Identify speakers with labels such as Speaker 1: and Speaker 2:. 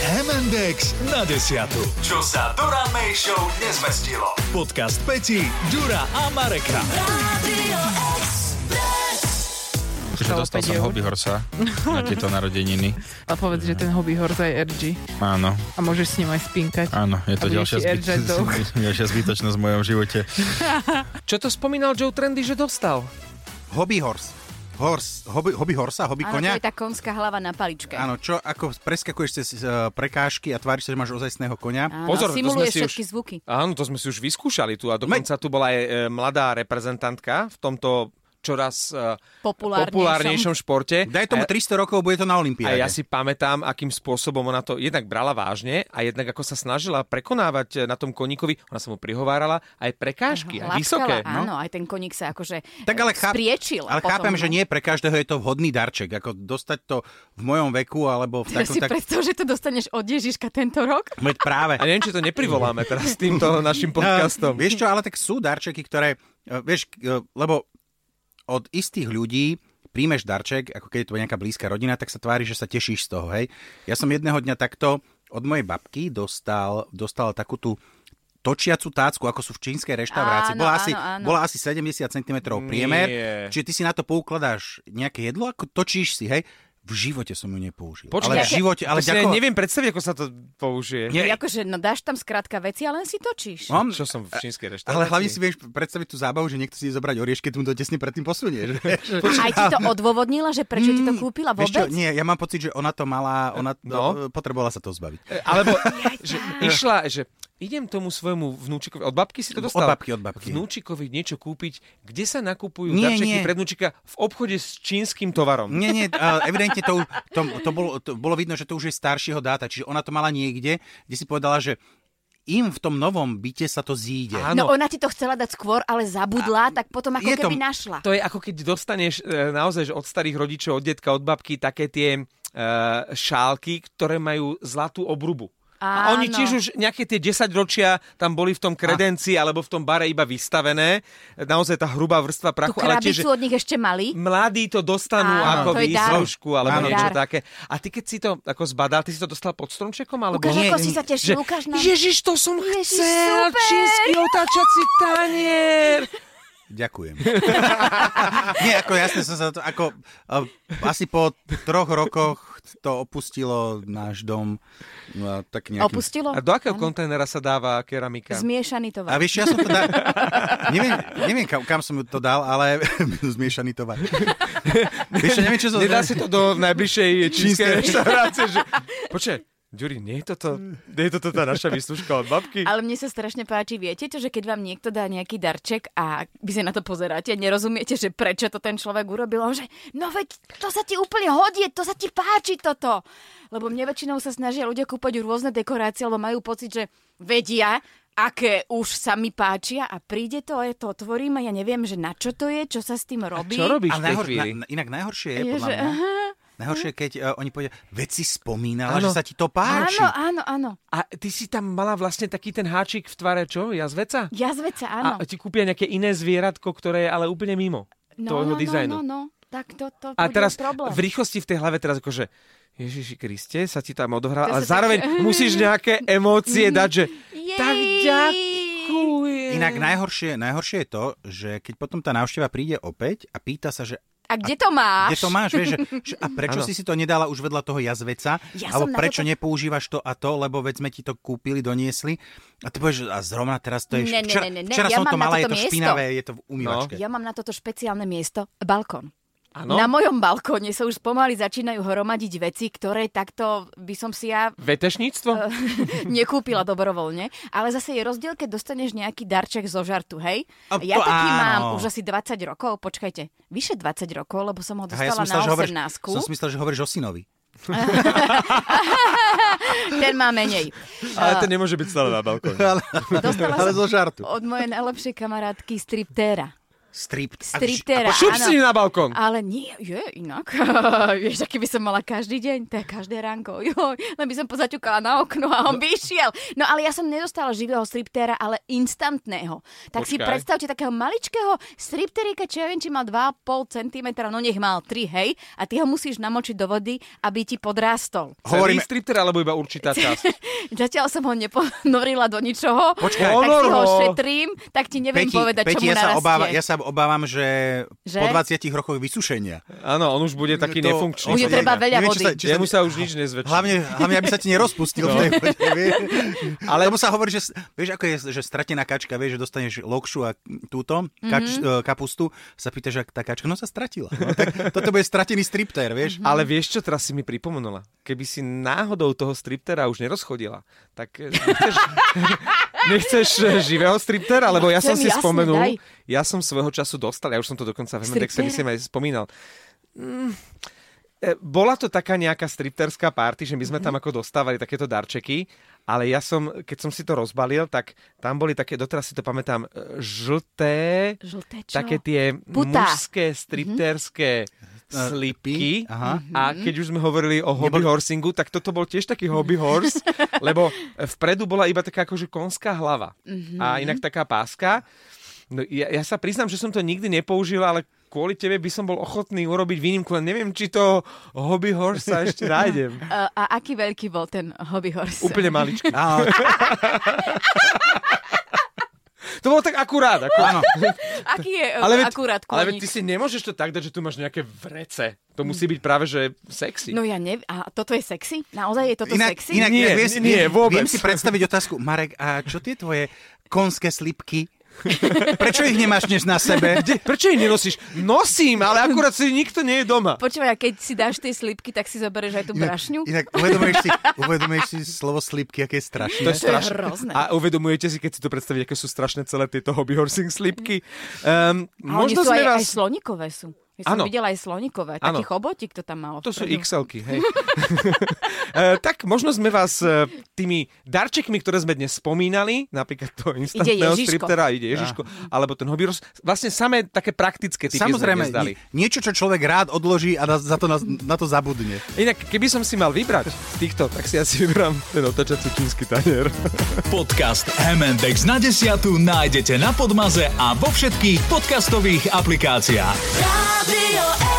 Speaker 1: M&X na desiatu. Čo sa Dura May Show nezmestilo. Podcast Peti, Dura a Mareka.
Speaker 2: Akože
Speaker 3: Stalo
Speaker 2: dostal
Speaker 3: 5
Speaker 2: som
Speaker 3: eur.
Speaker 2: hobby horsa na tieto narodeniny.
Speaker 3: A povedz, že ten hobby horza je RG.
Speaker 2: Áno,
Speaker 3: A môžeš s ním aj spinkať.
Speaker 2: áno, je to
Speaker 3: A budeš
Speaker 2: ďalšia,
Speaker 3: si
Speaker 2: zbyt...
Speaker 3: Edge dog.
Speaker 2: ďalšia zbytočnosť v mojom živote.
Speaker 4: Čo to spomínal Joe Trendy, že dostal?
Speaker 5: Hobby horse. Horse, hobby, hobby horsa, hobby
Speaker 6: Áno,
Speaker 5: konia.
Speaker 6: to je tá konská hlava na paličke.
Speaker 5: Áno, čo ako preskakuješ cez e, prekážky a tváriš sa, že máš ozajstného konia.
Speaker 6: Áno,
Speaker 4: Pozor, to sme
Speaker 6: simuluje
Speaker 4: si už-
Speaker 6: všetky zvuky.
Speaker 4: Áno, to sme si už vyskúšali tu a dokonca tu bola aj e, mladá reprezentantka v tomto čoraz e,
Speaker 6: Populárnejšom.
Speaker 4: populárnejšom športe.
Speaker 5: Daj
Speaker 4: A-
Speaker 5: tomu 300 rokov, bude to
Speaker 4: A
Speaker 5: na Olympiáde.
Speaker 4: ja si pamätám, akým spôsobom ona to jednak brala vážne a jednak ako sa snažila prekonávať e, na tom koníkovi, ona sa mu prihovárala aj prekážky, aj
Speaker 6: Hladkala,
Speaker 4: vysoké.
Speaker 6: Áno, aj ten koník sa akože
Speaker 5: no. tak ale, cháp-
Speaker 6: spriečil.
Speaker 5: ale
Speaker 6: potom,
Speaker 5: chápem,
Speaker 6: no.
Speaker 5: že nie pre každého je to vhodný darček. Ako dostať to v mojom veku, alebo v takom...
Speaker 6: Teraz si
Speaker 5: Tak...
Speaker 6: predstav, že to dostaneš od Ježiška tento rok.
Speaker 5: Veď práve.
Speaker 4: A neviem, či to neprivoláme teraz týmto našim podcastom.
Speaker 5: A, vieš čo, ale tak sú darčeky, ktoré, e, vieš, e, lebo od istých ľudí príjmeš darček, ako keď je to nejaká blízka rodina, tak sa tvári, že sa tešíš z toho, hej. Ja som jedného dňa takto od mojej babky dostal, dostal takú tú točiacu tácku, ako sú v čínskej reštaurácii.
Speaker 6: Áno,
Speaker 5: bola, asi,
Speaker 6: áno, áno.
Speaker 5: bola asi 70 cm priemer,
Speaker 4: Nie.
Speaker 5: čiže ty si na to poukladáš nejaké jedlo, ako točíš si, hej. V živote som ju nepoužil.
Speaker 4: Počkaj,
Speaker 5: ale v živote, ale
Speaker 4: to si aj
Speaker 5: ďakujem.
Speaker 4: neviem predstaviť, ako sa to použije.
Speaker 5: Nie. No,
Speaker 6: Akože, no dáš tam skrátka veci a len si točíš.
Speaker 5: Mám-
Speaker 4: Čo som v čínskej reštaurácii.
Speaker 5: Ale hlavne si vieš predstaviť tú zábavu, že niekto si ide zobrať oriešky, keď mu to tesne predtým posunieš.
Speaker 6: Aj ti to odôvodnila, že prečo ti to kúpila
Speaker 5: Hmm. Vieš čo,
Speaker 6: vôbec?
Speaker 5: nie, ja mám pocit, že ona to mala, ona
Speaker 4: No.
Speaker 5: no. potrebovala sa to zbaviť.
Speaker 4: E, Alebo že išla, že idem tomu svojmu vnúčikovi, od babky si to
Speaker 5: Od
Speaker 4: dostal?
Speaker 5: babky, od babky.
Speaker 4: Vnúčikovi niečo kúpiť, kde sa nakupujú
Speaker 5: Nie,
Speaker 4: darčeky
Speaker 5: nie. Mm.
Speaker 4: pre vnúčika v obchode s čínskym tovarom.
Speaker 5: Nie, nie, ale evidentne to, to, to, bolo, to bolo vidno, že to už je staršieho dáta, čiže ona to mala niekde, kde si povedala, že im v tom novom byte sa to zíde.
Speaker 4: Áno.
Speaker 6: No ona ti to chcela dať skôr, ale zabudla, tak potom ako
Speaker 5: je to-
Speaker 6: keby našla.
Speaker 4: To je ako keď dostaneš e, naozaj že od starých rodičov, od detka, od babky také tie e, šálky, ktoré majú zlatú obrubu. A oni
Speaker 6: Áno.
Speaker 4: tiež už nejaké tie 10 ročia tam boli v tom kredenci alebo v tom bare iba vystavené. E, Naozaj tá hrubá vrstva
Speaker 6: Tú
Speaker 4: prachu. ale tiež, že
Speaker 6: krabicu od nich ešte mali.
Speaker 4: mladí to dostanú
Speaker 6: Áno,
Speaker 4: ako
Speaker 6: to je dar.
Speaker 4: výslužku alebo
Speaker 6: Áno.
Speaker 4: niečo
Speaker 6: Dar.
Speaker 4: také. A ty keď si to ako zbadal, ty si to dostal pod stromčekom? Alebo...
Speaker 6: Ukáž,
Speaker 5: Nie,
Speaker 6: ako si sa
Speaker 4: Že,
Speaker 6: tešil, ukáž nám.
Speaker 4: Ježiš, to som
Speaker 6: Ježiš,
Speaker 4: chcel,
Speaker 6: super!
Speaker 4: čínsky otáčací tanier.
Speaker 5: Ďakujem. nie, ako jasne som sa to, ako uh, asi po troch rokoch to opustilo náš dom uh, tak nejakým...
Speaker 6: Opustilo?
Speaker 4: A do akého kontajnera sa dáva keramika?
Speaker 6: Zmiešaný tovar.
Speaker 5: A vieš, ja som to dal... neviem, neviem kam, kam som ju to dal, ale zmiešaný tovar. vieš, čo, neviem, čo som...
Speaker 4: Nedá si to do najbližšej čínskej
Speaker 5: Čínskej
Speaker 4: reštaurácie, že... Počkaj, Ďuri, nie je toto, nie je toto tá naša výslužka od babky?
Speaker 6: Ale mne sa strašne páči, viete to, že keď vám niekto dá nejaký darček a vy sa na to pozeráte a nerozumiete, že prečo to ten človek urobil, a on že no veď to sa ti úplne hodie, to sa ti páči toto. Lebo mne väčšinou sa snažia ľudia kúpať rôzne dekorácie, lebo majú pocit, že vedia, aké už sa mi páčia a príde to, ja to otvorím a ja neviem, že na čo to je, čo sa s tým robí.
Speaker 4: Čo robíš
Speaker 5: Ale
Speaker 4: v tej
Speaker 5: najhor,
Speaker 4: chvíli?
Speaker 5: na, inak najhoršie je,
Speaker 6: Je,
Speaker 5: podľa
Speaker 6: že
Speaker 5: mňa, najhoršie je, keď uh, oni povedia, veď si spomínala,
Speaker 4: Áno.
Speaker 5: že sa ti to páči.
Speaker 6: Áno, áno, áno.
Speaker 4: A ty si tam mala vlastne taký ten háčik v tvare, čo? Jazveca?
Speaker 6: Jazveca, áno.
Speaker 4: A ti kúpia nejaké iné zvieratko, ktoré je ale úplne mimo
Speaker 6: No,
Speaker 4: tvojho
Speaker 6: no, no,
Speaker 4: dizajnu.
Speaker 6: no, no. Tak to, to
Speaker 4: A
Speaker 6: bude
Speaker 4: teraz
Speaker 6: problém.
Speaker 4: v rýchlosti v tej hlave teraz akože Ježiši Kriste, sa ti tam odohrá, ale
Speaker 6: To sa tak-
Speaker 4: zároveň musíš nejaké emócie dať, že
Speaker 6: Jej.
Speaker 4: tak ďakujem.
Speaker 5: Inak najhoršie, najhoršie je to, že keď potom tá návšteva príde opäť a pýta sa, že
Speaker 6: A kde to máš?
Speaker 5: kde to máš, vieš, že, že a prečo
Speaker 4: Áno.
Speaker 5: si si to nedala už vedľa toho jazveca,
Speaker 6: Ja
Speaker 5: alebo
Speaker 6: som na to
Speaker 5: prečo
Speaker 6: tak-
Speaker 5: nepoužívaš to a to, lebo veď sme ti to kúpili, doniesli. A ty povieš, že a zrovna teraz to je...
Speaker 6: Ne, ne,
Speaker 5: včera
Speaker 6: ne, ne, ne,
Speaker 5: včera
Speaker 6: ja
Speaker 5: som to
Speaker 6: mám na
Speaker 5: mala, je
Speaker 6: toto
Speaker 5: to
Speaker 6: miesto. No.
Speaker 5: špinavé, je to v umývačke.
Speaker 6: Ja mám na toto špeciálne miesto, balkón.
Speaker 4: Áno?
Speaker 6: No? Na mojom balkóne sa už pomaly začínajú hromadiť veci, ktoré takto by som si ja
Speaker 4: Vetešníctvo?
Speaker 6: nekúpila dobrovoľne. Ale zase je rozdiel, keď dostaneš nejaký darček zo žartu, hej?
Speaker 5: A
Speaker 6: ja
Speaker 5: to
Speaker 6: taký
Speaker 5: áno.
Speaker 6: mám už asi 20 rokov, počkajte, vyše 20 rokov, lebo som
Speaker 5: Aha,
Speaker 6: ho dostala
Speaker 5: som myslel, že
Speaker 6: na
Speaker 5: hovoríš,
Speaker 6: 18.
Speaker 5: som si myslel, že hovoríš o synovi.
Speaker 6: Ten má menej.
Speaker 4: Ale
Speaker 6: eh,
Speaker 4: to nemôže byť stále na balkóne.
Speaker 5: Ale,
Speaker 6: Dostala
Speaker 5: ale
Speaker 6: som
Speaker 5: zo žartu.
Speaker 6: od mojej najlepšej kamarátky striptéra.
Speaker 5: Strip.
Speaker 4: A
Speaker 6: Striptera,
Speaker 4: šup si
Speaker 6: teda áno.
Speaker 4: na balkón.
Speaker 6: Ale nie, je inak. Vieš, aký by som mala každý deň, to je každé ránko. Joj, len by som pozaťukala na okno a on by išiel. No ale ja som nedostala živého striptéra, ale instantného. Tak si
Speaker 4: Počkaj.
Speaker 6: predstavte takého maličkého stripterika, čo ja viem, či mal 2,5 cm, no nech mal 3, hej, a ty ho musíš namočiť do vody, aby ti podrástol.
Speaker 4: Hovoríme...
Speaker 5: Hovoríme,
Speaker 4: stripter alebo iba určitá časť?
Speaker 6: Zatiaľ som ho neponorila do ničoho,
Speaker 5: Počkaj.
Speaker 6: tak si ho
Speaker 4: Honor ho.
Speaker 6: šetrím, tak ti neviem
Speaker 5: Peti,
Speaker 6: povedať, čo
Speaker 5: Peti
Speaker 6: mu
Speaker 5: ja, sa
Speaker 6: narastie.
Speaker 5: obávam, ja sa obávam, že,
Speaker 6: Že?
Speaker 5: po 20 rokoch vysušenia.
Speaker 4: Áno, on už bude taký
Speaker 5: To-
Speaker 4: nefunkčný.
Speaker 6: Bude
Speaker 5: on sa-
Speaker 6: treba veľa
Speaker 5: neviem, či
Speaker 6: vody.
Speaker 5: sa- či sa-
Speaker 4: Jemu sa už nič No. nezväčší.
Speaker 5: Hlavne, hlavne, aby sa ti nerozpustil v tej vode, vieš. Ale... Lebo sa hovorí, že, s- vieš, ako je, že stratená kačka, vieš, že dostaneš lokšu a túto kač,
Speaker 6: Mhm.
Speaker 5: mm-hmm. kapustu, sa pýtaš, ak tá kačka, no sa stratila. No, tak toto bude stratený striptér,
Speaker 6: Mhm.
Speaker 5: vieš.
Speaker 4: Ale vieš čo, teraz si mi pripomenula. Keby si náhodou toho striptera už nerozchodila, tak eh, nechceš, nechceš eh, živého striptera? Lebo ja
Speaker 6: No,
Speaker 4: som
Speaker 6: Chcem,
Speaker 4: si
Speaker 6: jasne, daj.
Speaker 4: spomenul, ja som svojho času dostal, ja už som to dokonca v Hemendexe,
Speaker 6: Striptera?
Speaker 4: myslím, aj spomínal. Mm, eh, Bola to taká nejaká stripterská party, že my
Speaker 6: Mhm.
Speaker 4: sme tam ako dostávali takéto darčeky, ale ja som, keď som si to rozbalil, tak tam boli také, doteraz si to pamätám, eh, žlté,
Speaker 6: Žlté čo?
Speaker 4: také tie
Speaker 6: Putá.
Speaker 4: mužské
Speaker 5: Eh,
Speaker 4: stripterské slipky.
Speaker 5: Aha.
Speaker 4: A keď už sme hovorili o hobby horsingu, tak toto bol tiež taký hobby horse, lebo vpredu bola iba taká akože konská hlava a inak taká páska. No, ja, ja sa priznám, že som to nikdy nepoužil, ale kvôli tebe by som bol ochotný urobiť výnimku, len neviem, či to hobby horse sa ešte nájdem.
Speaker 6: A, a aký veľký bol ten hobby horse?
Speaker 4: Úplne maličký.
Speaker 5: Áno,
Speaker 4: To bolo tak akurát. akurát.
Speaker 5: áno.
Speaker 6: Aký je
Speaker 4: Ale,
Speaker 6: ale
Speaker 4: veď-
Speaker 6: akurát
Speaker 4: ale veď
Speaker 6: koník? Mm.
Speaker 4: ty si nemôžeš to tak dať, že tu máš nejaké vrece. To musí byť práve, že sexy.
Speaker 6: No ja neviem. A toto je sexy? Naozaj je toto
Speaker 5: Inak,
Speaker 6: sexy?
Speaker 5: inak,
Speaker 4: Nie,
Speaker 5: inak viem, si-
Speaker 4: nie, vôbec.
Speaker 5: viem si predstaviť otázku, Marek, a čo tie tvoje konské slipky? Prečo ich nemáš dnes na sebe?
Speaker 4: Kde, prečo ich nenosíš? Nosím, ale akurát si nikto nie je doma.
Speaker 6: Počúvaj, a keď si dáš tie slipky, tak si zoberieš aj tú brašňu?
Speaker 5: Inak uvedomuješ si, uvedomuješ si slovo slípky, aké je strašné.
Speaker 4: To je
Speaker 6: To je
Speaker 4: strašné.
Speaker 6: hrozné.
Speaker 4: A uvedomujete si, keď si to predstavíte, aké sú strašné celé tieto hobby horsing slípky. Um,
Speaker 6: Mm. A oni
Speaker 4: možno
Speaker 6: sú
Speaker 4: sme
Speaker 6: aj, aj
Speaker 4: vás...
Speaker 6: slonikové sú. Ja
Speaker 4: Áno.
Speaker 6: som videla aj slonikové.
Speaker 4: Áno.
Speaker 6: Taký chobotík to tam malo.
Speaker 4: To sú
Speaker 6: vpredu.
Speaker 4: XL-ky, hej. Eh, tak možno sme vás eh, tými darčekmi, ktoré sme dnes spomínali, napríklad to instantného
Speaker 6: Ježiško.
Speaker 4: striptera, ide Ježiško, alebo ten hobby, roz- vlastne samé také praktické typy sme
Speaker 5: Samozrejme,
Speaker 4: dnes dali.
Speaker 5: nie, niečo, čo človek rád odloží a na, za to na, na to zabudne.
Speaker 4: Inak, keby som si mal vybrať z týchto, tak si asi vyberám ten otačací čínsky tanier.
Speaker 1: Podcast Hemendex na desiatu nájdete na Podmaze a vo všetkých podcastových aplikáciách.
Speaker 7: Radio